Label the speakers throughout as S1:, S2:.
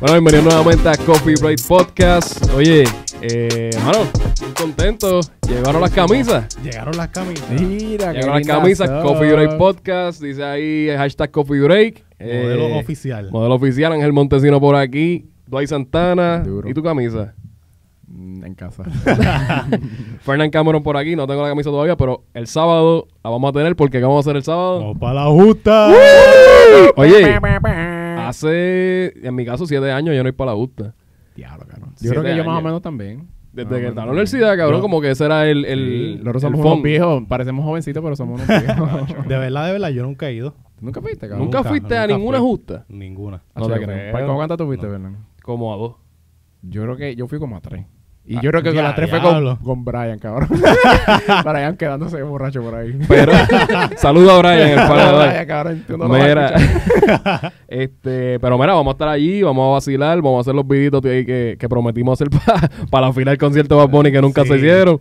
S1: Bueno, bienvenido nuevamente a Copyright Podcast. Oye, eh, hermano, estoy contento. Llegaron las camisas.
S2: Llegaron las camisas.
S3: Mira, Ah, qué
S1: Llegaron las
S3: lindas
S1: camisas.
S3: son.
S1: Coffee Break Podcast. Dice ahí eh, hashtag Coffee Break. Eh,
S2: Modelo oficial.
S1: Modelo oficial. Ángel Montesino por aquí. Dwight Santana.
S3: Duro.
S1: ¿Y tu camisa?
S3: Mm, En casa.
S1: Fernán Cameron por aquí. No tengo la camisa todavía, pero el sábado la vamos a tener porque ¿qué vamos a hacer el sábado?
S2: Vamos para la justa.
S1: Oye, hace, en mi caso, siete años yo no he ido para la justa.
S3: Diablo, cabrón. Yo
S1: Siete
S3: creo que yo más o
S1: años.
S3: menos también.
S1: Desde
S3: Más o
S1: que
S3: menos
S1: estaba en la
S3: también.
S1: universidad, cabrón,
S2: Yo-
S1: como que ese era el... el
S3: Sí, Nosotros
S1: el
S3: somos
S1: fun.
S3: unos viejos. Parecemos jovencitos, pero somos unos viejos.
S2: De verdad, de verdad, yo nunca he ido.
S3: ¿Nunca fuiste, cabrón?
S1: ¿Nunca
S2: Nunca,
S1: fuiste a
S2: nunca
S1: ninguna
S2: fui.
S1: justa?
S2: Ninguna.
S3: Ah,
S1: No te
S3: yo
S1: creo.
S3: ¿Para cuántas tú fuiste, Fernando?
S1: Como a dos.
S3: Yo creo que yo fui como a tres. Y
S1: Ah,
S3: yo creo que
S2: ya,
S3: con las tres fue
S2: diablo.
S3: con, con Brian, cabrón. Brian quedándose borracho por ahí.
S1: Pero, saludo a Brian, Pues, el pana de Brian.
S3: Brian, cabrón, tú no lo vas a
S1: Mira,
S3: escuchar.
S1: este, pero mira, vamos a estar allí, vamos a vacilar, vamos a hacer los videitos de ahí que, que prometimos hacer para la final del concierto de Bad Bunny que nunca
S2: Sí.
S1: se hicieron.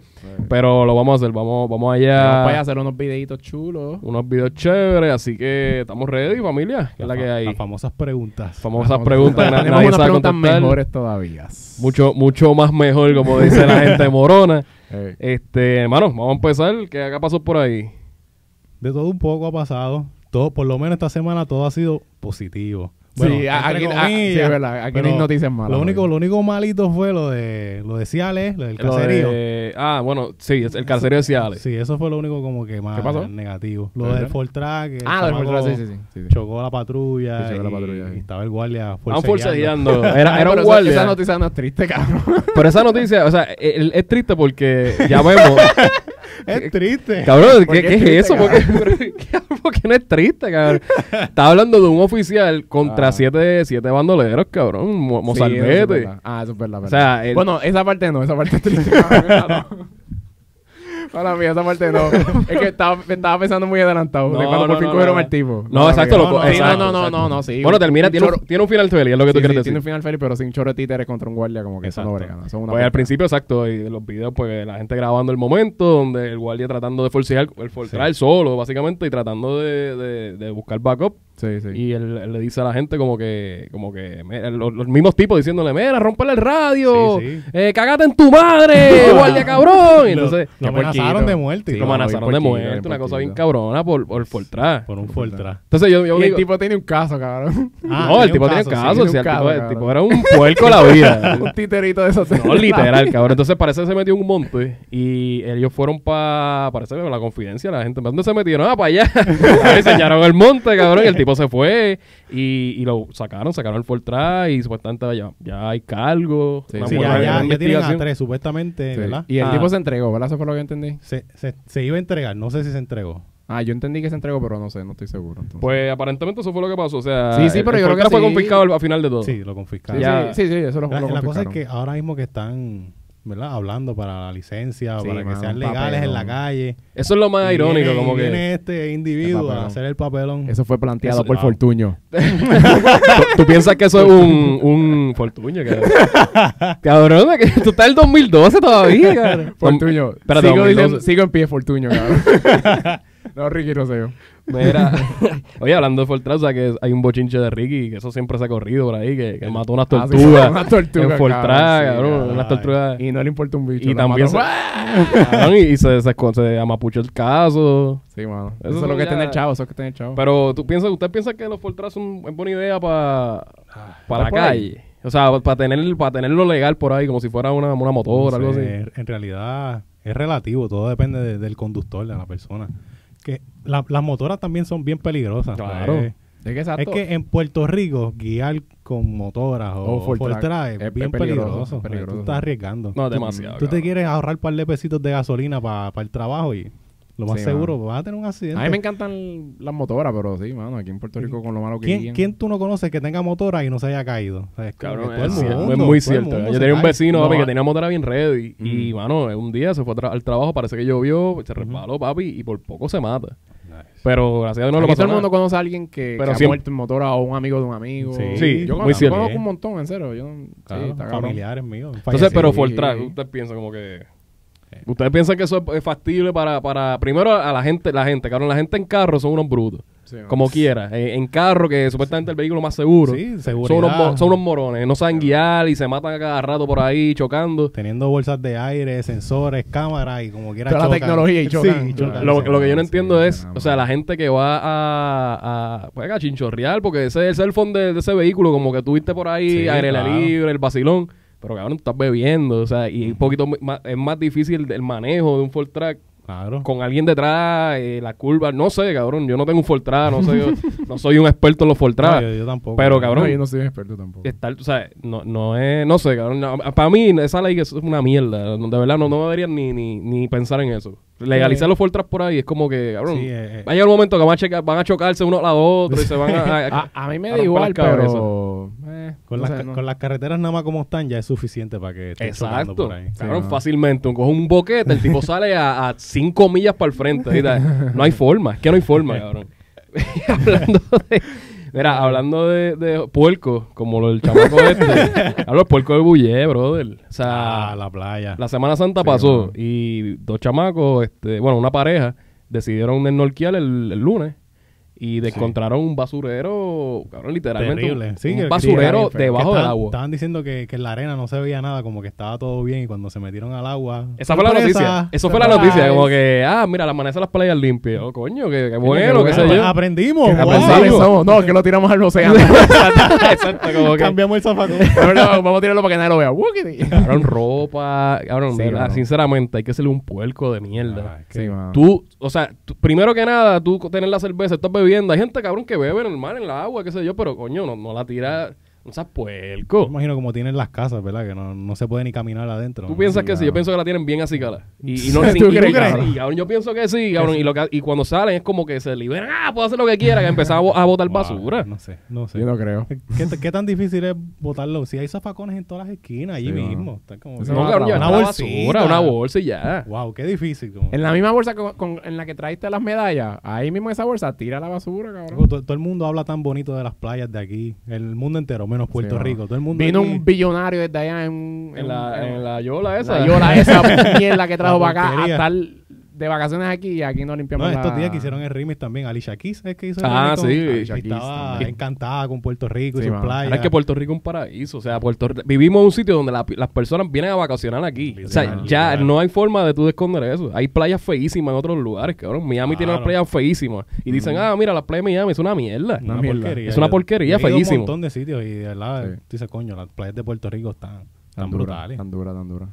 S1: Pero lo vamos a hacer, vamos, vamos
S3: Vamos para allá a
S1: allá.
S3: hacer unos videitos chulos.
S1: Unos videos chéveres, así que estamos ready, familia. que es la que hay?
S2: Las famosas preguntas.
S1: Famosas preguntas que na-
S3: Tenemos
S1: nadie
S3: unas
S1: sabe
S3: preguntas
S1: contestar.
S3: mejores todavía.
S1: Mucho, mucho más mejor, como dice la gente morona.
S3: Eh,
S1: Este, hermano, vamos a empezar. que acá pasó por ahí?
S2: De todo un poco ha pasado. Todo, por lo menos esta semana todo ha sido positivo. Bueno,
S3: Sí, a-
S2: entre
S3: aquí- a- sí, es
S2: comillas,
S3: verdad, aquí no
S2: pero
S3: hay noticias malas,
S2: Lo único,
S3: güey.
S2: lo único malito fue lo de lo de Ciales, lo del
S1: Lo
S2: caserío.
S1: de- ah, bueno, sí, es el caserío de Ciales.
S2: Sí, eso fue lo único como que más
S3: ¿Qué pasó?
S2: negativo. Lo
S3: ¿Verdad?
S2: del Fortrack. que el
S3: Ah, lo del
S2: chamaco
S3: Fortrack, sí, sí, sí, sí, sí.
S2: Chocó la patrulla.
S3: Sí, chocó la
S2: y-
S3: patrulla, sí.
S2: y estaba el guardia
S1: Estaban
S2: forcejeando.
S1: forcejeando. Era, era
S3: Ah, pero
S1: un
S3: esa-
S1: guardia.
S3: Esa, noticia no es triste, cabrón.
S1: Pero esa noticia, o sea, e-, el- el- es triste porque ya vemos.
S2: Es triste.
S1: cabrón,
S3: ¿Por
S1: ¿qué,
S3: qué
S1: qué
S3: es
S1: es eso?
S3: triste,
S1: ¿Por qué, pero- ¿por qué no es triste, cabrón? Está hablando de un oficial contra
S3: Ah.
S1: siete, siete bandoleros, cabrón. Mo-
S3: Sí, eso es
S1: Mozalbete.
S3: verdad. ah, eso es verdad.
S1: O
S3: verdad.
S1: sea, el-
S3: Bueno, esa parte no, esa parte es triste. cabrón, esa no. Para mí, esa parte no. Es que estaba, estaba pensando muy adelantado. de
S1: No,
S3: cuando
S1: no,
S3: por fin
S1: no,
S3: cogieron
S1: no.
S3: al tipo.
S1: No, exacto,
S3: no,
S1: loco,
S3: sí, no,
S1: exacto,
S3: no, no,
S1: exacto.
S3: no, no, sí.
S1: bueno, termina, tiene, un-
S3: choro-
S1: tiene un final feliz, es lo que tú
S3: sí, sí,
S1: quieres
S3: Tiene un
S1: decir.
S3: final feliz, pero sin choro de títeres contra un guardia, como que eso no
S2: Exacto.
S3: brega, no, eso es una
S1: Pues al
S3: pena.
S1: principio, exacto, y los videos, pues la gente grabando el momento, donde el guardia tratando de forcear, el forcear solo, básicamente, y tratando de, de- de buscar backup.
S3: Sí, sí.
S1: Y él, él le dice a la gente como que, como que mira, los, los mismos tipos diciéndole, mira, rompele el radio,
S2: Sí, sí.
S1: eh, cagate en tu madre, guardia cabrón. Y
S2: Lo-
S1: entonces,
S2: lo
S3: qué porquito.
S2: amenazaron de muerte. y
S3: Sí,
S1: lo
S2: todo.
S3: mano,
S1: amenazaron de
S3: bien porquito,
S1: muerte,
S3: bien
S1: una cosa bien
S3: porquito.
S1: cabrona por, por, por atrás.
S2: Por un Fortrack.
S1: Entonces yo, yo
S3: Y el
S1: digo,
S3: tipo tiene un caso, cabrón.
S2: Ah,
S1: no, el
S2: tenía
S1: tipo
S2: un
S1: tiene
S2: caso, sí,
S1: caso,
S3: tiene
S1: o sea, el
S3: un
S1: tipo-
S3: caso,
S1: el
S3: cabrón.
S1: tipo era un puerco la vida.
S3: un titerito de esos.
S1: No, literal, cabrón. Entonces parece que se metió en un monte y ellos fueron para, parece que la confidencia, la gente, ¿dónde se metieron? Ah, para allá. Le enseñaron el monte, cabrón, y el tipo se fue y, y lo sacaron, sacaron el Fortran y supuestamente ya, ya hay cargo.
S3: Sí,
S1: una
S2: Sí,
S3: Vamos
S2: ya,
S1: buena
S3: ver
S2: ya, ya tienen a
S1: investigación.
S2: tres, supuestamente,
S3: Sí.
S2: ¿verdad?
S3: Y el
S1: Ah.
S3: tipo se entregó, ¿verdad? Eso fue lo que yo entendí.
S2: Se, se, se iba a entregar, no sé si se entregó.
S3: Ah, yo entendí que se entregó, pero no sé, no estoy seguro. entonces.
S1: Pues aparentemente eso fue lo que pasó. O sea,
S3: Sí, sí, pero
S1: el
S3: yo creo que
S1: Fortran fue
S3: sí.
S1: confiscado al, al final de todo.
S2: Sí, lo
S3: sí,
S2: confiscaron.
S3: sí,
S1: ya-
S3: sí, sí, eso lo,
S2: la,
S3: lo
S2: la cosa es
S3: confiscaron.
S2: que ahora mismo que están, ¿verdad? Hablando para la licencia,
S3: Sí,
S2: para que
S3: mano,
S2: sean
S3: un
S2: legales en la
S3: papelón.
S2: calle.
S1: Eso es lo más
S2: Y
S1: irónico,
S2: viene-
S1: como
S2: y
S1: que...
S2: Viene este individuo
S3: El
S2: a
S3: papelón.
S2: hacer el papelón.
S3: Eso fue planteado
S1: Eso-
S3: por
S1: ah.
S3: Fortuño.
S1: ¿Tú, tú piensas que eso es un, un fortuño, cabrón. cabrón, es que tú estás en el 2012 todavía, cabrón.
S3: Fortuño.
S1: Espérate,
S3: sigo,
S1: 2012.
S3: diciendo- sigo en pie, Fortuño, cabrón. no, Ricky Roseo.
S1: Mira, oye, hablando de Fortran, o sea, que hay un bochinche de Ricky, que eso siempre se ha corrido por ahí, que, que mató unas
S3: Ah, sí,
S1: tortugas.
S3: unas tortugas,
S1: En Fortran,
S3: cabrón, sí,
S1: cabrón,
S3: cabrón.
S1: unas tortugas. Y,
S3: Y no le importa un bicho.
S1: y
S3: la
S1: también se,
S3: mató.
S1: cabrón, y, y se, se, escon- se amapuchó el caso.
S3: Sí, mano.
S1: Eso
S3: Eso, es lo
S1: son
S3: que
S1: ya-
S3: tiene el chavo, eso es lo que tiene el chavo.
S1: Pero, ¿tú piensas, ¿usted piensa que los Fortran son es buena idea para
S3: ¿va
S1: para la
S3: por ahí?
S1: calle? O sea, para tener, para tenerlo legal por ahí, como si fuera una, una motora,
S2: No
S1: algo
S2: sé,
S1: así.
S2: En realidad es relativo, todo depende de- del conductor, de la persona. Que la- las motoras también son bien peligrosas.
S1: Claro.
S2: ¿sabes?
S3: es que exacto.
S2: Es que en Puerto Rico, guiar con motoras o,
S3: O
S1: Oh,
S3: full
S2: full
S3: track
S2: track
S3: es-
S2: es
S3: es
S2: bien
S3: peligroso,
S2: peligroso.
S3: es peligroso.
S2: Tú estás arriesgando.
S1: No,
S2: tú,
S1: demasiado.
S2: tú te
S1: cabrón.
S2: quieres ahorrar un par de pesitos de gasolina para el trabajo y lo más
S3: Sí,
S2: seguro vas a tener un accidente.
S3: A mí me encantan las motoras, pero sí, mano. Aquí en Puerto Rico con lo malo que
S2: ¿Quién,
S3: guían.
S2: quién tú no conoces que tenga motora y no se haya caído? O sea, es como
S1: Cabrón,
S2: que
S1: es,
S2: todo el
S1: cierto,
S2: mundo,
S1: es
S2: todo
S1: muy
S2: el
S1: cierto.
S2: mundo
S1: Yo
S2: se
S1: tenía un
S2: cae. Mm.
S1: vecino,
S3: No,
S1: papi, que
S3: ah.
S1: tenía motora bien ready. Y, mano, eh, un día se fue a tra- al trabajo, parece que llovió, se resbaló, papi, y por poco se mata.
S2: ah,
S1: Pero gracias a Dios no lo
S3: Aquí
S1: pasó
S3: todo el mundo
S1: nada.
S3: conoce a alguien que,
S1: Pero
S3: que
S1: siempre-
S3: ha muerto en motora o un amigo de un amigo.
S2: Sí,
S1: Sí,
S3: yo
S1: muy
S3: conozco,
S1: cierto.
S3: conozco un montón, en serio. Yo, sí,
S2: Claro,
S3: está cabrón.
S2: familiares míos.
S1: Entonces, pero Fortran,
S3: Sí.
S1: ustedes piensan como que... Ustedes piensan que eso es- es factible para, para... Primero, a la gente, la gente, cabrón, la gente en carro son unos brutos.
S3: Sí, man.
S1: como quiera. Eh, en carro, que supuestamente el vehículo más seguro.
S2: Sí,
S1: son, unos, mo-
S2: seguridad.
S1: son unos morones, no saben guiar y se matan a cada rato por ahí chocando.
S2: Teniendo bolsas de aire, sensores, cámaras y como quiera.
S3: Toda la
S2: chocan.
S3: tecnología y chocan.
S2: Sí,
S3: Claro,
S1: Lo,
S2: sí,
S1: lo que yo no
S2: sí,
S1: entiendo
S2: sí,
S1: es,
S2: nada
S1: o sea,
S2: más.
S1: la gente que va a, a, pues, a chinchorrear, porque ese es el fondo de, de ese vehículo, como que tuviste por ahí
S2: Sí,
S1: aire
S2: claro.
S1: libre, el vacilón, pero cabrón, tú estás bebiendo, o sea, y un poquito más- es más difícil el manejo de un full track
S2: Claro.
S1: con alguien detrás, eh, la curva, no sé, cabrón, yo no tengo un full track, no sé, yo- no soy un experto en los full track.
S2: No, yo, yo tampoco.
S1: pero, cabrón,
S3: No, yo no soy un experto tampoco.
S1: estar, o sea, no, no es, no sé, cabrón. no, para mí, esa ley es una mierda. no, De verdad, no, no deberían ni, ni, ni pensar en eso. Legalizar
S2: Sí.
S1: los Fortras por ahí es como que, cabrón.
S2: Sí, eh, eh.
S1: va a llegar un momento que van a, checar- van a chocarse uno a la otro y se van a. a-
S3: A, Ah, a mí me
S1: a
S3: da
S1: romper
S3: igual,
S1: las cabezas.
S3: pero... eh,
S2: Con,
S3: no
S2: las,
S3: sé,
S2: ca-
S3: no.
S2: con las carreteras nada más como están ya es suficiente para que estén chocando
S1: Exacto.
S2: Ah, por ahí.
S1: Cabrón,
S3: no.
S1: fácilmente. Coge un boquete, el tipo sale a, a cinco millas para el frente. ¿sí? No hay forma, es que no hay forma, cabrón. hablando de. Mira, hablando de, de puerco, como lo del chamaco este. hablo del puerco del bullé, brother. O sea,
S2: Ah, la playa.
S1: La Semana Santa
S3: Sí,
S1: pasó
S3: mano.
S1: y dos chamacos, este, bueno, una pareja, decidieron desnorquear el, el lunes y encontraron un basurero, cabrón, literalmente.
S2: Terrible.
S1: Un,
S2: Sí,
S1: un
S2: que-
S1: basurero
S3: que- que
S1: debajo
S2: Que
S1: del
S2: estaban-
S1: agua.
S2: Estaban diciendo que, que en la arena no se veía nada, como que estaba todo bien y cuando se metieron al agua.
S1: Esa fue la
S2: ¡sorpresa! eh,
S1: noticia. Eso fue la
S3: Surprise.
S1: noticia. Como que, ah, mira, al amanecer las playas limpias. Oh, coño, qué, qué bueno, qué
S3: bueno.
S1: sé
S2: Pues
S1: yo.
S2: Aprendimos.
S1: Que
S2: wow.
S1: aprendimos.
S3: Responsables somos. No, que lo tiramos al océano.
S1: Exacto, como que.
S2: Cambiamos el zafacón.
S3: Pero no, vamos a tirarlo para que nadie lo vea. Wookiee.
S1: Cabrón, ropa. Cabrón,
S3: Sí,
S1: de verdad,
S3: mano.
S1: sinceramente, hay que hacerle un puerco de mierda.
S2: Ah, es que-
S3: Sí, mano.
S1: Tú, o sea, tú- primero que nada, tú co- tener la cerveza, estás bebiendo. Hay gente, cabrón, que bebe normal en la agua, qué sé yo, pero coño, no, no la tira. No seas
S2: Yo
S1: puerco.
S2: imagino como tienen las casas, ¿verdad? Que no, no se puede ni caminar adentro.
S1: Tú
S2: ¿no?
S1: piensas
S2: Sí,
S1: que sí,
S2: claro.
S1: yo pienso que la tienen bien así, cara. Y, y no
S3: ¿Tú
S1: sin- y-
S3: crees,
S1: y-
S3: cabrón?
S1: y, cabrón, yo pienso que sí, cabrón. Y, lo que- y cuando salen es como que se liberan, ah, puedo hacer lo que quiera, que empezamos a, botar
S2: Wow,
S1: basura.
S2: No sé, no sé.
S3: Yo no creo.
S2: ¿Qué, t- qué tan difícil es botarlo? Si hay zafacones en todas las esquinas, allí
S3: Sí, mano.
S2: mismo. Está como
S3: Eso
S1: No,
S3: Una
S1: cabrón,
S3: bolsita.
S1: llevar la basura, una bolsa y ya.
S2: Wow, qué difícil. como-
S3: En la misma bolsa con- con- en la que traiste las medallas, ahí mismo en esa bolsa, tira la basura,
S2: Todo,
S3: cabrón.
S2: todo el mundo habla tan bonito de las playas de aquí, el mundo entero, menos Puerto
S3: mano.
S2: Rico. Todo el mundo
S3: Vino
S2: aquí-
S3: un billonario desde allá en,
S1: En la, en la yola esa.
S3: la yola esa mierda que trajo
S2: La
S3: para acá a
S2: porquería.
S3: estar de vacaciones aquí y aquí no limpiamos
S2: No, estos
S3: la-
S2: días que hicieron el remix también. Alicia Keys es que hizo el
S1: Ah,
S2: remix con-
S1: sí,
S2: y
S1: Alicia
S3: Keys
S2: Estaba
S3: también.
S2: encantada con Puerto Rico
S3: Sí,
S2: y sus
S3: mano.
S2: playas.
S1: Ahora es que Puerto Rico es un paraíso. O sea, Puerto Ri- vivimos en un sitio donde la- las personas vienen a vacacionar aquí. O sea,
S2: Literal,
S1: ya
S2: literal.
S1: no hay forma de tú de esconder eso. Hay playas feísimas en otros lugares, cabrón. Miami tiene unas
S2: Claro.
S1: playas feísimas. Y dicen, ah, mira, las playas de Miami es una mierda.
S2: Una
S3: mierda.
S2: porquería.
S1: Es una
S2: Yo-
S1: porquería,
S2: yo he ido a
S1: feísimo.
S2: un montón de sitios y de verdad,
S3: Sí.
S2: tú dices, coño, las playas de Puerto Rico están tan
S3: dura,
S2: brutales.
S3: Tan dura, tan dura.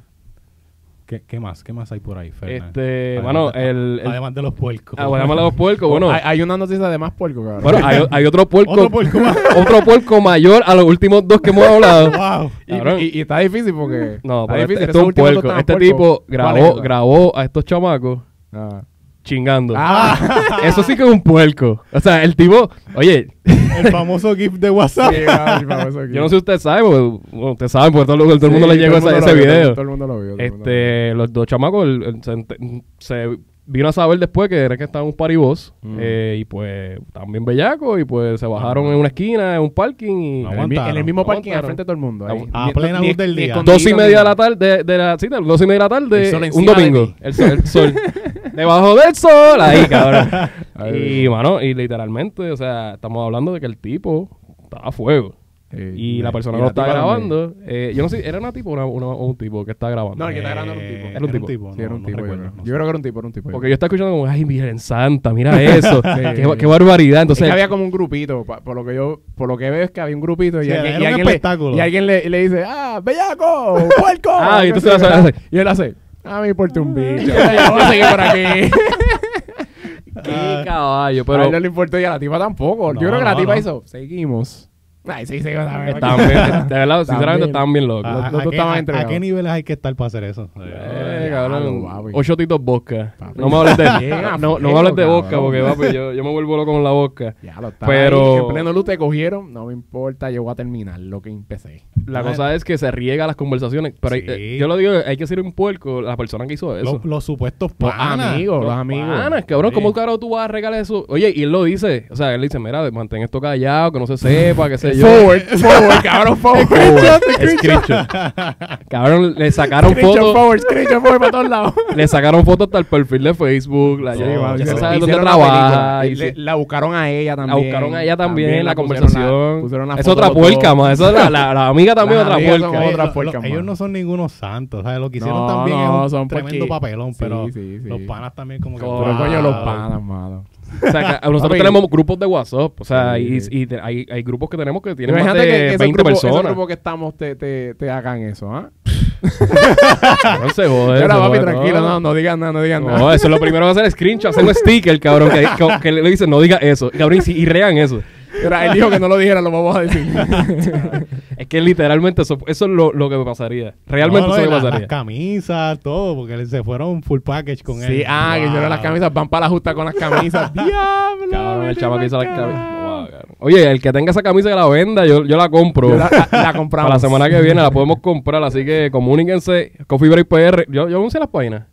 S2: ¿Qué, qué más? ¿Qué más hay por ahí, Fernan?
S1: Este,
S2: Además
S1: mano,
S2: de-
S1: el- el-
S2: Además de los puercos.
S1: Ah, bueno, los puercos. Bueno,
S3: hay, hay una noticia de más puerco, cabrón.
S1: bueno hay, hay otro puerco.
S2: Otro puerco más.
S1: otro puerco mayor a los últimos dos que hemos hablado.
S2: ¡Wow!
S3: Y-
S1: Cabrón.
S3: y, y está difícil porque.
S1: No,
S3: está
S1: pero
S3: difícil.
S1: este, este
S3: Esos
S1: es un
S3: últimos dos
S1: puerco.
S3: estaban
S1: Este
S3: puercos.
S1: tipo
S3: ¿Cuál
S1: grabó,
S3: es?
S1: grabó a estos chamacos
S3: Ah.
S1: chingando.
S3: Ah,
S1: Eso sí que es un puerco. O sea, el tipo, oye,
S2: El famoso GIF de WhatsApp.
S3: sí, cabrón, vamos aquí.
S1: Yo no sé si usted sabe, porque, bueno, usted sabe, porque todo, el- todo el mundo
S3: Sí,
S1: le llegó esa-
S3: mundo
S1: ese
S3: lo vio,
S1: video.
S3: Todo el mundo lo vio. todo el mundo lo vio.
S1: este, los dos chamacos el- el- se, ent- se vino a saber después que era que estaban en un party boss,
S3: Mm.
S1: eh, y pues también bellacos y pues se bajaron en una esquina, en un parking y
S2: No,
S3: En el, mi- en el mismo
S1: Aguantaron.
S3: parking al frente de todo el mundo. ahí.
S2: A
S3: Ni-
S2: plena
S3: ni-
S2: luz del
S3: ni
S2: día.
S3: escondido
S1: dos y
S3: ni
S1: media de
S3: nada.
S1: la tarde, de la cita, dos y media de la
S3: El sol
S1: tarde, un
S3: encima de
S1: domingo.
S3: ti.
S1: El sol, el sol. debajo del sol, ahí cabrón.
S3: Ahí.
S1: y mano, y literalmente, o sea, estamos hablando de que el tipo estaba a fuego.
S3: Eh,
S1: Y la persona que lo está
S3: tipa
S1: grabando, eh, yo no sé, ¿era una tipo o una- una- o un tipo que está grabando?
S3: No, el que está grabando era un tipo.
S2: Eh,
S1: Era un tipo.
S3: también. Sí, era un
S2: no
S3: tipo. yo,
S2: recuerdo,
S3: creo.
S2: no
S3: Yo
S2: sé.
S3: creo que era un tipo, era un tipo.
S1: Porque yo estaba escuchando como, ay, Virgen Santa, mira eso. qué, qué barbaridad.
S3: Es
S1: Entonces,
S3: que había como un grupito, pa- por lo que yo, por lo que veo es que había un grupito y,
S2: Sí,
S3: alguien,
S2: era
S3: y
S2: un
S3: alguien le-
S2: espectáculo.
S3: y alguien le, le dice, ah, bellaco, puerco.
S1: Ah, y
S3: qué
S1: tú
S3: sé
S1: se lo
S3: yo.
S1: haces.
S3: Y él hace, ah, me importa un bicho. yo voy a seguir por aquí.
S1: qué caballo,
S3: Pero a él no
S1: pero
S3: le importó y a la tipa tampoco.
S2: No,
S3: yo creo que la
S2: no,
S3: tipa
S2: no.
S3: hizo, seguimos. Ay, sí, seguimos. a ver.
S1: estaban bien, de verdad,
S3: También.
S1: sinceramente estaban bien Ah, locos.
S2: ¿A,
S3: los dos
S2: a qué,
S3: estaban
S2: a- a
S3: entregados.
S2: qué niveles hay que estar para hacer eso?
S1: Eh,
S3: diablo,
S1: cabrón,
S3: papi.
S1: ocho titos bosca.
S3: Papi.
S1: No me hables
S3: Bien
S1: de, no, no me hables de
S3: afuera,
S1: bosca
S3: cabrón.
S1: porque papi, yo, yo me vuelvo loco con la bosca.
S3: Ya lo estaba
S1: Pero-
S3: ahí, en pleno luz te cogieron. No me importa, yo voy a terminar lo que empecé.
S1: La
S2: Ah.
S1: cosa es que se riega las conversaciones. Pero hay-
S2: Sí.
S1: eh, yo lo digo, hay que ser un puerco la persona que hizo eso.
S2: Los, los supuestos
S3: Los
S2: panas.
S3: amigos, los,
S1: Los
S3: amigos.
S1: panas, cabrón,
S2: Sí.
S1: ¿cómo caro tú vas a regalar eso? Oye, y él lo dice, o sea, él dice, mira, mantén esto callado, que no se sepa, que sé yo.
S3: Forward, forward, cabrón, forward.
S1: Forward. Screenshot. Cabrón, le sacaron
S3: Screenshot
S1: fotos,
S3: forward, screenshot forward para todos lados.
S1: le le sacaron fotos hasta el perfil de Facebook. La,
S2: Sí,
S1: ya-
S2: mami,
S1: ya
S2: sí.
S1: se sabe dónde
S3: Hicieron la
S1: trabaja.
S3: película.
S1: y
S3: Le-
S1: sí.
S3: La buscaron a ella
S1: La
S3: también.
S1: buscaron a ella también, la
S3: pusieron
S1: conversación.
S3: pusieron una
S1: es
S3: foto
S1: otra
S3: los dos.
S1: puerca, más. Esa es la, la- la amiga también
S3: Las
S1: otra
S3: amigas son
S1: puerca.
S3: Otra
S2: Lo- lo-
S3: puerca,
S2: ellos
S3: mano.
S2: no son ningunos santos, ¿sabes? Lo que hicieron
S3: No,
S2: también
S3: no,
S2: es un
S3: son
S2: tremendo
S3: porque-
S2: papelón,
S3: Sí,
S2: pero
S3: sí, sí.
S2: los panas también como que...
S1: Pero,
S3: Pero
S2: wow.
S3: coño, los panas, mano.
S1: O sea, que nosotros
S3: Papi.
S1: tenemos grupos de WhatsApp. O sea,
S3: Sí,
S1: y,
S3: sí.
S1: y te- hay, hay grupos que tenemos que tienen más
S3: Imagínate
S1: de
S3: que esos
S1: 20
S3: grupos, esos
S1: personas.
S3: grupos que estamos te, te, te hagan eso, ¿ah?
S1: No se jode.
S3: Ahora,
S1: se
S3: papi,
S1: jode,
S3: tranquilo, no, no digan nada, no digan
S1: No,
S3: nada.
S1: eso es lo primero que hacer es screenshot, hacer un sticker, cabrón, que, que- que le dicen, no diga eso. Y, Cabrón, y, si- y rean eso.
S3: Era, él dijo que no lo dijera, lo vamos a decir.
S1: Es que literalmente eso, eso es lo, lo que me pasaría. Realmente
S2: No, no,
S1: eso
S2: y
S1: me
S2: la-
S1: pasaría.
S2: Las camisas, todo, porque se fueron full package con él.
S3: sí, ah, que lloran las
S2: Wow.
S3: camisas, van para la justa con las camisas. ¡Diablo!
S1: Cabrón, el
S3: vete
S1: chavo que hizo la
S3: pa' acá.
S1: camisa. No, cabrón. Oye, el que tenga esa camisa que la venda, yo, yo la compro.
S3: Yo La, la- la compramos.
S1: Para la semana que viene la podemos comprar, así que comuníquense. Coffee Break PR. Yo, yo no sé las páginas.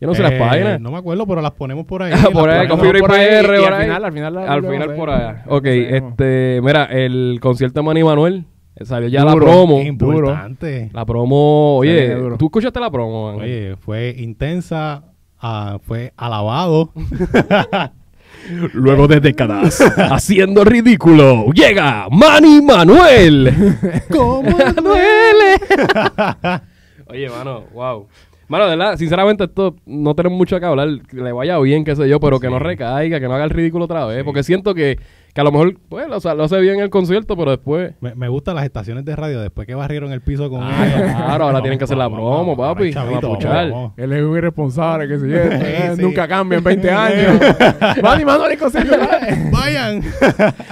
S1: Yo no sé las
S2: Eh,
S1: páginas.
S2: No me acuerdo, pero las ponemos por ahí.
S1: Ah, por
S2: las
S1: ahí,
S2: ponemos.
S1: Coffee Break
S3: por ahí,
S1: PR,
S3: y
S1: por
S3: al
S1: ahí.
S3: final, al final la-
S1: Al
S3: la-
S1: final
S3: la-
S1: por
S3: la-
S1: allá.
S3: la-
S1: Ok,
S3: la- la-
S1: este, mira, el concierto de Manny Manuel. eh, Salió ya la
S3: Duro,
S1: promo.
S2: Importante.
S1: La promo,
S3: Salió
S1: oye,
S3: duro.
S1: tú escuchaste la promo, Ángel?
S2: Oye, fue intensa, ah, fue alabado.
S1: Luego de décadas, haciendo ridículo, llega Manny Manuel.
S2: ¿Cómo?
S1: duele. Oye, mano, wow. Mano, de verdad, sinceramente, esto no tenemos mucho que hablar. Que le vaya bien, qué sé yo, pero que no recaiga, que no haga el ridículo otra vez. Porque siento que, que a lo mejor, pues, o sea, lo hace bien en el concierto, pero después.
S2: Me, me gustan las estaciones de radio después que barrieron el piso con
S1: Ah,
S2: él.
S1: claro, ahora tienen que hacer la
S2: Vamos,
S1: promo,
S2: vamos, vamos,
S1: papi.
S2: chavito,
S1: Vamos a puchar.
S2: vamos.
S3: Él es un irresponsable, que se
S2: Sí, sí.
S3: Nunca cambia en 20 años. Va animando el concierto. ¿verdad?
S2: Vayan.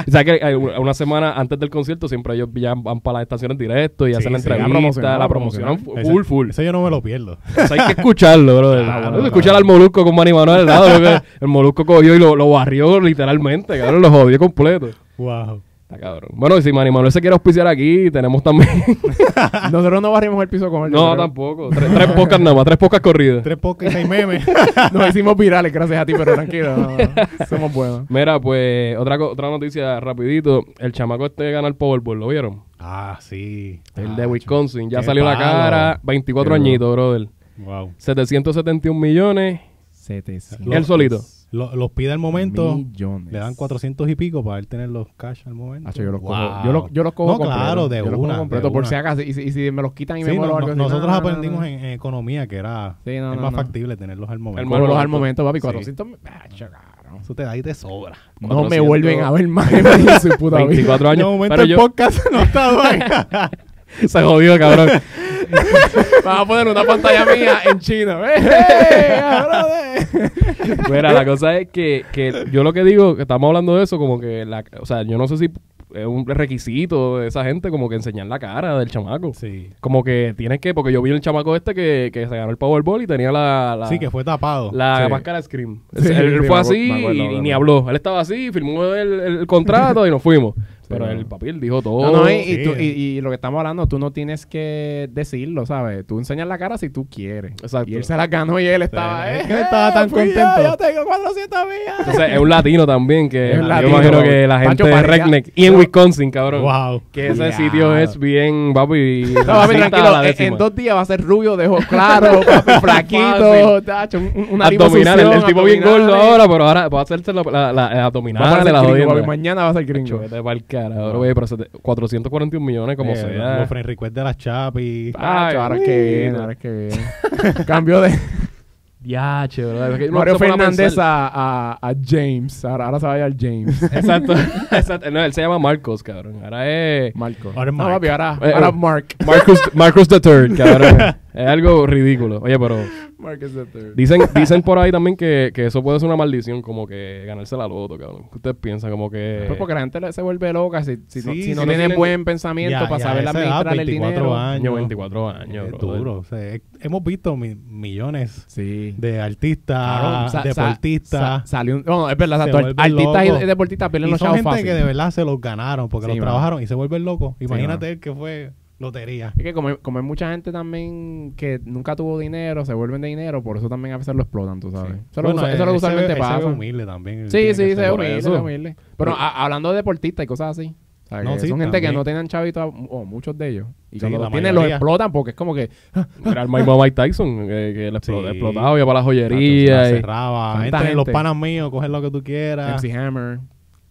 S1: O sea, que eh, una semana antes del concierto siempre ellos ya van para las estaciones directo y hacen la
S2: sí, la
S1: entrevista, la promocionan,
S3: promocionan, la
S1: full,
S2: Ese-
S1: full.
S2: Eso yo no me lo pierdo.
S1: O sea, hay que escucharlo, bro.
S2: Ah, bueno,
S1: Hay que
S2: claro.
S1: escuchar al molusco con Manny Manuel al lado, porque El molusco cogió y lo, lo barrió literalmente, cabrón. Lo jodió completo.
S2: Wow.
S1: Está cabrón. Bueno, y si Manny Manuel se quiere auspiciar aquí, tenemos también.
S3: Nosotros no barrimos el piso con él.
S1: no,
S3: nosotros-
S1: tampoco. Tres, tres pocas nada más, tres pocas corridas.
S2: Tres podcasts y seis memes.
S3: Nos hicimos virales gracias a ti, pero tranquilo. no, no. Somos buenos.
S1: Mira, pues, otra, co- otra noticia rapidito. El chamaco este gana el Powerball, ¿lo vieron?
S2: ah, sí.
S1: El
S2: Ah,
S1: de Wisconsin. Ya
S2: qué
S1: salió la
S2: palo.
S1: cara. 24
S3: Qué duro.
S1: añitos, brother.
S2: Wow.
S1: 771 millones.
S2: Lo-
S1: Él solito.
S2: Lo- los pide al momento.
S3: Millones.
S2: Le dan 400 y pico para él tener los cash al momento.
S3: Hacho, yo los
S2: Wow.
S3: cojo. Yo los, yo los cojo
S2: No, claro, de
S3: yo los cojo
S2: una, de
S3: completo, por
S2: una.
S3: si acaso. Y si, y si me los quitan y me
S2: Sí, no,
S3: muero o
S2: no,
S3: algo así,
S2: nosotros
S3: no, no, no,
S2: aprendimos
S3: no.
S2: En, en economía que era
S3: Sí, no,
S2: es
S3: no,
S2: más
S3: no.
S2: factible tenerlos al momento.
S1: El
S3: Cojo los al
S1: momento.
S3: momento, papi.
S2: Sí.
S3: 400. Ah, chaca, cabrón.
S2: Eso te da y te sobra.
S3: No
S1: 400.
S3: me vuelven a ver más en su puta vida.
S1: 24
S2: De
S1: años.
S2: momento
S1: Pero
S2: el
S1: yo,
S2: podcast no está bueno.
S1: se jodió, cabrón.
S3: Vas a poner una pantalla mía en China. ¡Eh, eh, cabrón, eh!
S1: Mira, la cosa es que, que yo lo que digo, que estamos hablando de eso, como que, la, o sea, yo no sé si es un requisito de esa gente como que enseñar la cara del chamaco.
S2: sí.
S1: Como que tienes que, porque yo vi el chamaco este que, que se ganó el Powerball y tenía la, la,
S2: Sí, que fue tapado.
S1: la
S3: sí.
S1: máscara Scream.
S3: Sí,
S1: él él
S3: sí,
S1: fue
S3: me
S1: así
S3: acuerdo, me acuerdo,
S1: y,
S3: me acuerdo.
S1: ni habló. Él estaba así, firmó el, el contrato y nos fuimos. Pero
S3: claro.
S1: el papel dijo todo.
S3: No, no, y, y
S2: sí.
S3: tú- y- y lo que estamos hablando, tú no tienes que decirlo, ¿sabes? Tú enseñas la cara si tú quieres.
S1: Exacto.
S3: Y él se la ganó y él estaba,
S2: es
S3: eh,
S2: que él estaba tan
S3: fui yo,
S2: contento.
S3: Yo, tengo 400 millas.
S1: Entonces, es un latino también, que
S3: Es un
S1: yo
S3: latino,
S1: imagino que la
S3: Pacho
S1: gente de
S3: Parrilla.
S1: Redneck y en Wisconsin, cabrón.
S2: Wow.
S1: Que ese
S3: Ya.
S1: sitio es bien, papi.
S3: No, papi,
S1: racista a
S3: tranquilo.
S1: la
S3: En,
S1: décima.
S3: en dos días va a ser rubio de ojos claros, papi, flaquito,
S1: Fácil.
S3: tacho, un, un- una
S1: abdominal, el, el
S3: liposucción,
S1: tipo bien gordo
S3: abdominales.
S1: ahora, pero ahora va a hacerse la, la, la- el
S3: Va a
S1: abdominal,
S3: ser
S1: la
S3: gringo,
S1: jodienda.
S3: papi, mañana va a ser
S1: Macho,
S3: gringo.
S1: vete pa'l carajo, güey, pero se te- 441 millones como
S2: Eh,
S1: sea.
S2: Los friend request de las chapis.
S1: Ay,
S3: Tacho, ahora es que
S1: güey.
S3: viene, ahora es que viene. Cambio de
S1: Ya, che, ¿verdad? Es que yo no
S3: Mario
S1: me pongo a
S3: Fernández
S1: pensar.
S3: a, a, a James. Ahora, ahora se va a llamar James.
S1: Exacto, exacto. No, él se llama Marcos, cabrón. Ahora es
S3: Marco.
S2: Ahora es
S3: No,
S2: Mark.
S3: papi, ahora,
S1: Eh,
S3: ahora
S1: eh.
S3: Mark.
S1: Marcus, Marcus the Third, cabrón. es algo ridículo. Oye, pero
S3: Mark is the third.
S1: dicen, dicen por ahí también que, que eso puede ser una maldición, como que ganarse la loto, cabrón. ¿Qué ustedes piensan? Como que...
S3: Pues porque la gente le- se vuelve loca si, si, no,
S2: Sí,
S3: si
S2: si
S3: no
S2: no
S3: tiene
S1: tienen-
S3: buen pensamiento
S2: Ya,
S3: para
S2: ya,
S3: saber
S2: esa
S3: administrar
S2: edad,
S3: el
S2: 24
S3: dinero.
S2: años.
S1: Año 24 años,
S2: Es
S1: brother.
S2: duro. o sea, he- hemos visto mi- millones
S3: Sí.
S2: de
S3: Cabrón,
S2: artistas,
S3: sa- sa- sa-
S2: deportistas.
S3: salió un, no, es verdad,
S2: se
S3: exacto.
S2: vuelven
S3: Artistas
S2: locos.
S3: y deportistas pierden
S2: Y
S3: los
S2: son
S3: chavos
S2: gente
S3: fácil.
S2: que de verdad se los ganaron porque
S3: Sí,
S2: los
S3: mano.
S2: trabajaron y se vuelven locos. Imagínate
S3: mano.
S2: el que fue lotería.
S3: Es que como, como hay mucha gente también que nunca tuvo dinero, se vuelven de dinero, por eso también a veces lo explotan, tú sabes. Eso,
S2: Bueno, eh,
S3: lo, usa- eso
S2: él-
S3: lo
S2: él se
S3: usualmente
S2: ve- él se ve
S3: pasa.
S2: humilde también. él
S3: Sí,
S2: tiene
S3: sí,
S2: que
S3: se ve
S2: ser-
S1: por
S3: humilde,
S1: eso.
S3: se ve humilde. Pero a- hablando de deportistas y cosas así, O sea,
S2: No,
S3: que
S2: sí,
S3: son gente que
S2: también.
S3: no tienen chavitos, o muchos de ellos. Y
S2: Sí,
S3: cuando
S2: la
S3: los tienen, los
S2: mayoría.
S3: explotan porque es como que.
S1: Era el mismo Mike Tyson, que, que le explotó,
S2: Sí.
S1: explotaba, iba para la
S2: Tacho,
S1: joyería.
S2: se
S1: y-
S2: la cerraba.
S3: eh. tanta
S2: Entren los
S3: gente.
S2: panas míos, cogen lo que tú quieras.
S3: MC Hammer.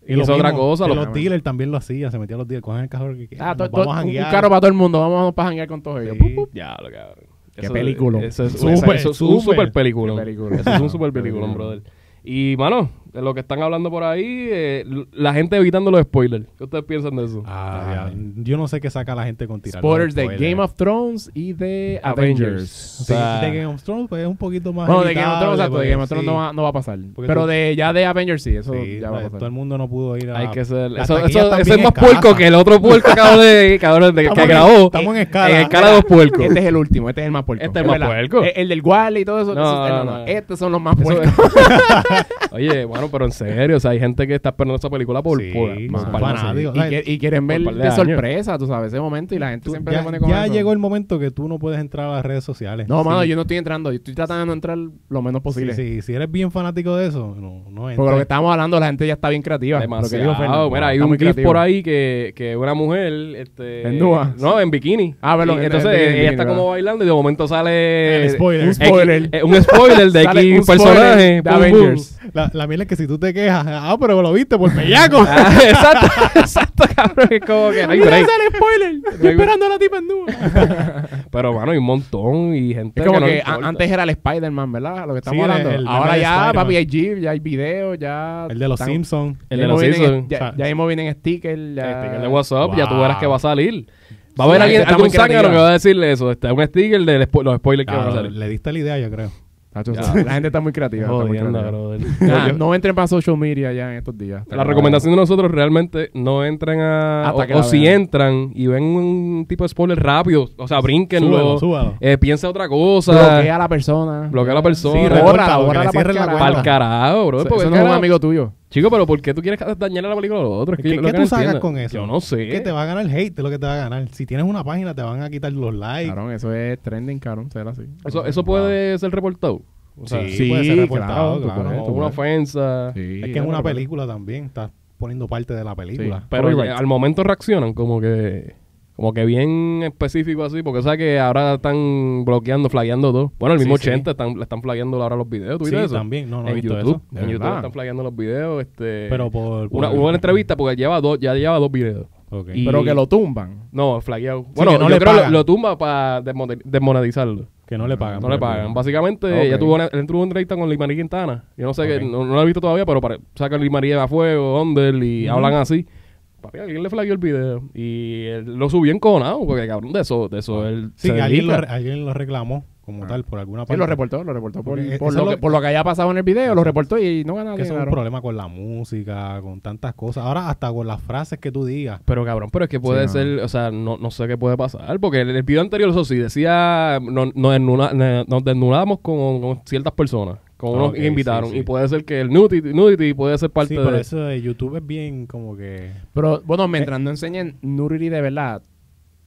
S1: Y es otra cosa, lo-
S2: que Los, dealers también lo hacían. Se metían los dealers, cogen el carro que quieran.
S3: Ah, to-
S2: nos
S3: to-
S2: vamos a
S3: un, un
S2: janguear.
S3: carro para todo el mundo. Vamos para janguear con todos ellos.
S2: Sí.
S3: Pup, pup.
S1: Ya, lo cabrón.
S3: Qué película.
S1: Eso es,
S2: Súper,
S1: eso es un
S2: súper.
S1: super película.
S3: Qué película.
S1: Eso es un super película,
S3: Película.
S1: brother. Y, mano, de lo que están hablando por ahí, eh, l- la gente evitando los spoilers. ¿Qué ustedes piensan de eso?
S2: Ah,
S3: Ay.
S2: ya. Yo no sé qué saca la gente con tirar.
S3: Spoilers de
S2: spoilers.
S3: Game of Thrones y de Avengers.
S1: O
S2: Sí,
S1: sea,
S2: de Game of Thrones pues, es un poquito más.
S3: Bueno, de Game of
S2: evitable,
S3: Thrones, exacto, de
S2: porque
S3: Game of Thrones
S2: sí,
S3: no, va, no va a pasar.
S2: Porque
S3: Pero
S2: tú-
S3: de, ya de Avengers sí, eso
S2: sí,
S3: ya va a
S2: pues,
S3: pasar.
S2: todo el mundo no pudo ir a.
S1: Hay que ser.
S2: las
S1: Eso,
S2: taquillas
S1: eso-
S2: están
S1: eso es
S2: bien
S1: más
S2: escalas.
S1: puerco que el otro puerco, cabrón, de, cabrón, de- que
S2: Estamos en-
S1: grabó.
S2: estamos en escala.
S1: En escala de dos puercos.
S3: Este es el último, este es el más puerco.
S1: Este es el más
S3: ¿Verdad?
S1: puerco.
S3: El, el del Wally y todo eso.
S1: No,
S3: eso- eh,
S1: no, no.
S3: Estos son los más
S1: Eso
S3: puercos.
S1: es- Oye, bueno, pero en serio, o sea, hay gente que está esperando esa película por
S2: Sí,
S1: por-
S2: son
S1: por-
S3: Mano,
S1: por-
S2: fanáticos.
S1: sí.
S3: Y, que- y quieren ver
S1: Por par de
S3: de
S1: años.
S3: sorpresa, tú sabes, ese momento y la gente
S2: Tú-
S3: siempre se
S2: ya
S3: pone con
S2: ya
S3: eso.
S2: llegó el momento que tú no puedes entrar a las redes sociales.
S3: No, mano,
S2: Sí.
S3: yo no estoy entrando. Yo estoy tratando de entrar lo menos posible.
S2: Sí, sí, si eres bien fanático de eso, no, no
S3: Porque lo que
S2: entres.
S3: estamos hablando, la gente ya está bien creativa. Lo que
S1: Demasiado.
S3: dijo Fernando.
S1: Mira, hay
S3: Está
S1: un
S3: muy
S1: clip
S3: creativa.
S1: por ahí que, que una mujer. Este,
S3: ¿En nua?
S1: No, en bikini.
S3: Ah, verlo,
S1: Y
S3: en-
S1: entonces
S3: en bikini,
S1: ella
S3: en bikini,
S1: está
S3: ¿verdad?
S1: como bailando y de momento sale.
S2: El spoiler.
S1: Un
S2: Un
S1: spoiler.
S3: spoiler.
S1: un spoiler de
S3: Sale
S1: X
S3: un spoiler
S1: personaje.
S3: de
S1: pum, pum.
S3: Avengers.
S2: La, la miel es que si tú te quejas, ah, pero lo viste por bellaco.
S1: Ah, exacto, exacto, cabrón. Es como que no hay
S3: Mira,
S1: break.
S3: sale spoiler. Estoy esperando a la tipa en nube.
S1: Pero, mano, hay un montón y gente.
S3: Es como
S1: no
S3: que
S1: le
S3: a-
S1: importa.
S3: antes era el Spider-Man, ¿verdad? Lo que estamos
S2: Sí, el-
S3: hablando.
S2: el meme
S3: Ahora
S2: de
S3: ya,
S2: Spider-Man.
S3: papi, hay GIF, ya hay video, ya.
S2: el de los
S3: están-
S2: Simpsons.
S1: El
S3: ya
S1: de los
S3: mismo vienen
S1: Simpsons.
S3: en- Ya ya mismo vienen stickers. ya-
S1: Este, que el de WhatsApp, ya tú
S2: Wow.
S1: verás que va a salir. Va a
S3: Sí,
S1: haber
S3: la
S1: alguien,
S3: gente está
S1: algún
S3: muy creativa.
S1: zángano que va a decirle eso. Este, un sticker de los spo- los spoilers que van a
S2: Claro,
S1: salir.
S2: Ah, le diste la idea, yo creo.
S3: Tacho,
S1: Ya.
S3: La gente está muy creativa. Ah, está muy
S1: Jodiendo,
S3: creativa.
S1: brother.
S3: Nada,
S1: Yo-
S3: Ah, no entren para social media ya en estos días.
S1: La recomendación de nosotros realmente no entren a.
S3: Hasta que
S1: O, o
S3: la
S1: si
S3: vean.
S1: entran y ven un tipo de spoiler rápido, o sea,
S2: Súbalo,
S1: brínquenlo.
S2: súbalo.
S1: eh, piensa otra
S3: O sea, bloquea
S1: cosa.
S3: a la persona.
S1: Bloquea a la persona.
S2: Sí,
S1: Borra,
S2: recorta, porque
S3: borra
S2: le
S3: la
S2: cierren la
S3: pa'l
S1: Para el
S2: cuenta.
S1: carajo, bro.
S3: Eso,
S1: porque
S3: eso no es un
S1: cara-
S3: amigo tuyo.
S1: Chico, pero ¿por qué tú quieres dañar la película a los otros? Es que
S2: ¿Qué,
S1: lo
S2: qué
S1: que
S2: tú
S1: no
S2: sacas
S1: entiendo.
S2: con eso?
S1: Yo no sé.
S2: Que te va a ganar el hate, es lo que te va a ganar. Si tienes una página, te van a quitar los likes.
S3: Carón, eso es trending, carón, será así.
S1: Eso, eso puede ser reportado. O sea,
S2: sí,
S3: sí,
S2: puede ser reportado,
S3: claro, tú
S2: claro.
S3: puedes,
S1: como
S3: tú
S1: una
S3: puedes.
S1: ofensa.
S3: Sí,
S2: Es que es
S3: claro,
S2: una
S3: pero-
S2: película también, estás poniendo parte de la película.
S1: Pero
S3: Correct.
S1: al momento reaccionan como que como que bien específico así, porque sabes que ahora están bloqueando, flagueando todo. Bueno, el mismo
S2: Sí, sí.
S1: 80 están, le están flagueando ahora los videos, ¿tú
S2: Sí,
S1: viste eso?
S2: también, no, no he
S1: en
S2: visto
S1: YouTube,
S2: eso.
S3: De
S1: en YouTube
S3: verdad.
S1: están flagueando los videos, este
S2: Pero por... por
S1: una, hubo una entrevista porque lleva dos, ya lleva dos videos.
S2: Ok.
S1: y-
S3: Pero que lo tumban.
S1: No, flagueado. bueno,
S2: que no
S1: yo
S2: le
S1: creo lo,
S2: pagan.
S1: lo tumba para desmone- desmonetizarlo.
S2: Que no le pagan.
S1: No le
S2: por el
S1: pagan.
S2: video.
S1: Básicamente,
S3: Ok.
S1: ella tuvo una, él tuvo una entrevista con Liz Marie Quintana. Yo no sé,
S2: Ok.
S1: que no, no la he visto todavía, pero para, saca Liz Marie a fuego, Onder, y hablan así. Papi, alguien le flagueó el video. Y él lo subió encojonado, porque cabrón, de eso, de eso él
S2: Sí,
S1: se
S2: que alguien lo,
S1: dedica.
S2: re- alguien lo reclamó
S1: Ah.
S2: como tal por alguna
S3: Sí,
S2: parte.
S3: lo reportó, lo reportó por,
S2: Porque
S3: por
S2: eso
S3: lo
S2: lo-
S3: que, por lo que haya pasado en el video, lo reportó y no gana
S2: que eso es
S3: dinero.
S2: un problema con la música, con tantas cosas. Ahora hasta con las frases que tú digas.
S1: Pero cabrón, pero es que puede
S3: Sí, no.
S1: ser, o sea, no, no sé qué puede pasar. Porque el, el video anterior, eso sí, decía, no- nos, desnuda- ne- nos desnudamos con, con ciertas personas, con unos
S2: Ok,
S1: que invitaron.
S2: sí, sí.
S1: Y puede ser que el nudity, nudity puede ser parte
S2: Sí,
S1: de...
S2: pero eso de YouTube es bien como que...
S3: Pero bueno,
S1: Eh.
S3: mientras no enseñen nudity de verdad,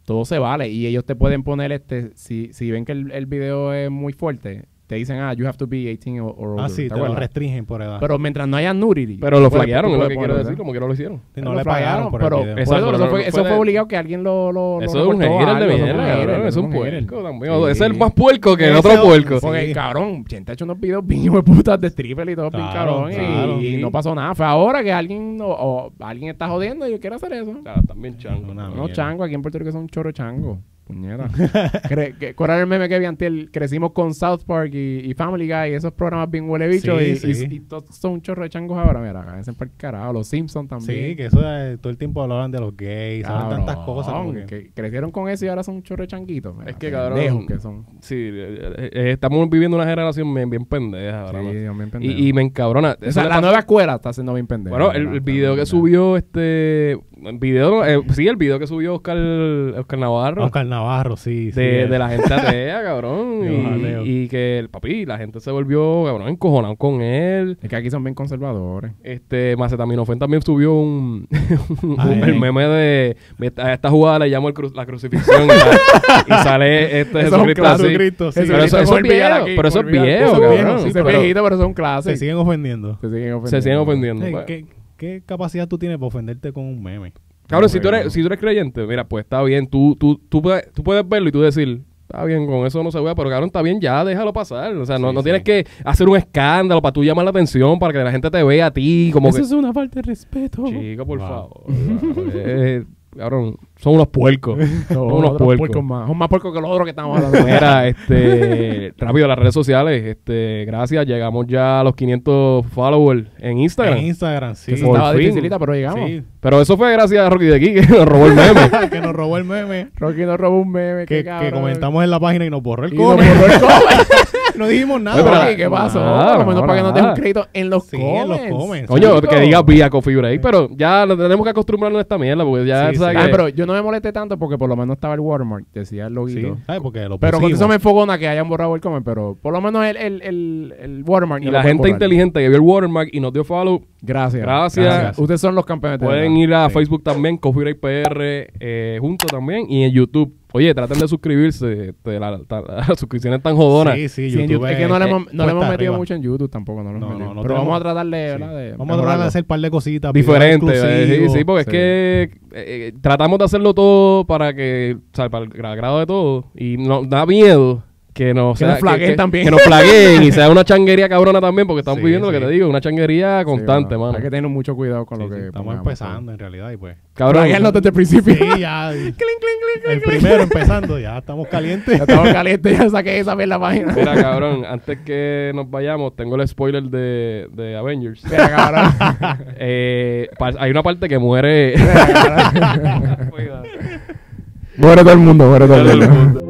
S3: todo se vale. Y ellos te pueden poner, este si, si ven que el, el video es muy fuerte, te dicen, ah, you have to be 18 or, or older.
S2: Ah, sí,
S3: ¿te
S2: te lo
S3: acuerdas?
S2: restringen por edad.
S3: Pero mientras no haya pues, nudity.
S1: Pero lo
S3: tú puedes-
S1: flaguearon,
S3: tú
S1: es lo
S3: puedes
S1: que quiero
S3: ponerlo,
S1: decir,
S3: ¿verdad?
S1: como que no lo hicieron.
S2: Sí, no
S3: Lo
S2: le pagaron por
S3: pero
S2: el video.
S1: Exacto,
S3: por eso,
S1: pero
S3: eso
S1: no
S3: fue,
S1: fue
S3: eso
S1: de-
S3: fue obligado que alguien lo. lo, lo
S1: Eso es un
S3: reportó
S1: hater de
S3: algo, eso fue
S1: mierda,
S3: un hater,
S1: cabrón. Es
S3: eso
S1: un
S3: fue un hater.
S1: puerco también.
S3: Sí.
S1: O- Es el más puerco que el
S2: Ese-
S1: otro puerco.
S2: sí.
S3: Porque, cabrón, gente ha hecho unos videos bien hijo de putas de strippers y todo bien
S2: Claro,
S3: cabrón. y-
S2: claro.
S3: Y, no pasó nada. Fue ahora que alguien no- o alguien está jodiendo y yo quiero hacer eso.
S1: Ah, también chango.
S2: Una
S3: No,
S2: mierda.
S3: chango, aquí en Puerto Rico son choro chango. Puñeta. Cre- que- ¿Cuál era el meme que vi antes? Crecimos con South Park y, y Family Guy y esos programas bien huele bicho.
S2: Sí,
S3: y, y-
S2: sí.
S3: y todos son un chorro de changos ahora. Mira, cáganse para el carajo. Los Simpsons también.
S2: Sí, que eso eh, todo el tiempo hablaban de los gays, hablan
S3: Cabrón,
S2: tantas cosas. como que-
S3: que crecieron con eso y ahora son un chorro de changuitos. mira,
S1: Es que, cabrón,
S3: pendejos que son.
S1: Sí, eh, eh, estamos viviendo una generación bien, bien pendeja. ahora,
S3: Sí,
S1: mano.
S3: Dios mío, pendejo.
S1: y, y me encabrona.
S3: O
S1: Eso
S3: sea,
S1: le
S3: la
S1: pasa-
S3: nueva escuela está siendo bien pendeja.
S1: Bueno, el,
S3: ¿verdad?
S1: el video que
S3: Está bien
S1: subió este... el Video, eh, sí, el video que subió Oscar, Oscar Navarro.
S2: Oscar Navarro, sí. sí,
S1: de,
S2: es.
S1: de la gente atea, cabrón.
S2: Dios, jaleo.
S1: y, y que el papi, la gente se volvió, cabrón, encojonado con él.
S3: pendeja. Es que aquí son bien conservadores.
S1: Este, Macetaminofen también subió un, un-
S2: Ah,
S1: un- el
S2: eh.
S1: meme de me- a esta jugada le llamo el cru- la crucifixión y, sale- y sale este
S3: Eso es un
S1: Jesucristo así.
S2: Jesucristo, sí.
S1: Pero eso, eso es viejo, pero eso es viejo,
S2: Eso es viejo,
S1: cabrón.
S2: sí,
S3: Sí,
S1: Pero
S3: viejito, pero son
S2: Se
S3: clases.
S2: siguen ofendiendo.
S3: Se siguen ofendiendo.
S1: se siguen ofendiendo.
S2: Eh,
S1: pues.
S2: ¿Qué, qué capacidad tú tienes para ofenderte con un meme?
S1: Cabrón, si tú,
S3: Pero-
S1: eres, si tú eres creyente, mira, pues está bien. Tú, tú, tú, puedes, tú puedes verlo y tú decir, está bien, con eso no se vea, pero cabrón, está bien, ya, déjalo pasar. O sea, no,
S3: Sí,
S1: no
S3: sí.
S1: tienes que hacer un escándalo para tú llamar la atención, para que la gente te vea a ti. Como
S2: Eso
S1: que,
S2: es una falta de respeto.
S1: Chico, por
S2: Wow.
S1: favor. Eh, cabrón, son unos puercos. Son unos
S3: otros
S1: puercos.
S3: puercos más. Son más puercos que los otros que estamos hablando.
S1: Mira, este, rápido, las redes sociales. Este, gracias, llegamos ya a los 500 followers en Instagram.
S2: En Instagram, sí.
S1: Que se
S3: Eso
S1: Por
S3: estaba
S1: fin.
S3: dificilita, pero llegamos.
S2: Sí.
S1: Pero eso fue gracias a Rocky de aquí, que nos robó el meme.
S2: que nos robó el meme.
S3: Rocky nos robó un meme.
S2: Que,
S3: qué
S2: que
S3: cabrón.
S2: comentamos en la página y nos borró el
S3: Y nos
S2: cómic.
S3: borró el comment.
S2: no dijimos
S1: Oye, pero-
S2: nada.
S3: Rocky, Ah, ¿qué pasó?
S1: Nada,
S3: Por lo menos
S1: no,
S3: para que no
S1: nada.
S3: te des un crédito en los
S2: Sí, en los
S3: comments.
S2: comments.
S1: Coño,
S3: Chico.
S1: que diga vía Coffee Break, pero ya nos tenemos que acostumbrarnos a esta mierda, porque ya
S2: Sí,
S1: sabes
S2: sí.
S3: Ah,
S1: que-
S3: pero yo no me molesté tanto porque por lo menos estaba el watermark, decía el
S2: Sí,
S3: loguito.
S2: ¿sabes? Porque lo
S3: Pero con
S2: pusimos.
S3: eso me enfogona que hayan borrado el comment, pero por lo menos el, el, el, el watermark.
S1: y
S3: no lo
S1: la
S3: pueden
S1: gente
S3: borrar.
S1: inteligente que vio el watermark y nos dio follow,
S3: Gracias.
S1: Gracias.
S3: Ustedes son los campeones. de
S1: pueden
S3: verdad.
S1: ir a
S2: Sí.
S1: Facebook también, Coffee Break PR, eh, junto también, y en YouTube. Oye, traten de suscribirse, este, la, la- la- las suscripciones están jodonas.
S2: Sí, sí,
S3: Sí, en
S2: YouTube
S3: YouTube- es que no le hemos, no le hemos
S2: cuesta
S3: metido
S2: arriba.
S3: mucho en YouTube tampoco. No lo hemos
S2: No, no,
S3: metido.
S2: no
S3: pero
S2: tenemos-
S3: vamos a tratar de.
S2: Sí.
S3: ¿verdad?
S2: Vamos
S3: de
S2: a tratar de
S3: mejorarlo.
S2: hacer un par de cositas. videos
S1: Diferente, eh, sí,
S2: exclusivos.
S1: sí, porque
S3: sí.
S1: es que eh, eh, tratamos de hacerlo todo para que, o sea, para el gra- grado de todo, y nos da miedo que nos,
S3: Que nos flaguen también.
S1: que nos flaguen y sea una changuería cabrona también, porque estamos
S2: Sí,
S1: viviendo lo
S2: sí.
S1: que te digo, una changuería
S3: Sí,
S1: constante,
S3: mano.
S1: mano.
S3: Hay que tener mucho cuidado con
S2: Sí,
S3: lo que.
S2: sí, estamos
S3: pongamos.
S2: empezando en realidad y pues.
S1: Cabrón,
S3: Plaguearnos desde el principio.
S2: Sí, ya. el primero empezando, ya estamos calientes.
S3: Ya estaba caliente, ya saqué esa vez la página.
S1: Mira, cabrón, antes que nos vayamos, tengo el spoiler de, de Avengers.
S3: Mira, cabrón.
S1: Eh, pa- hay una parte que muere.
S3: Muere todo el mundo, muere todo el mundo.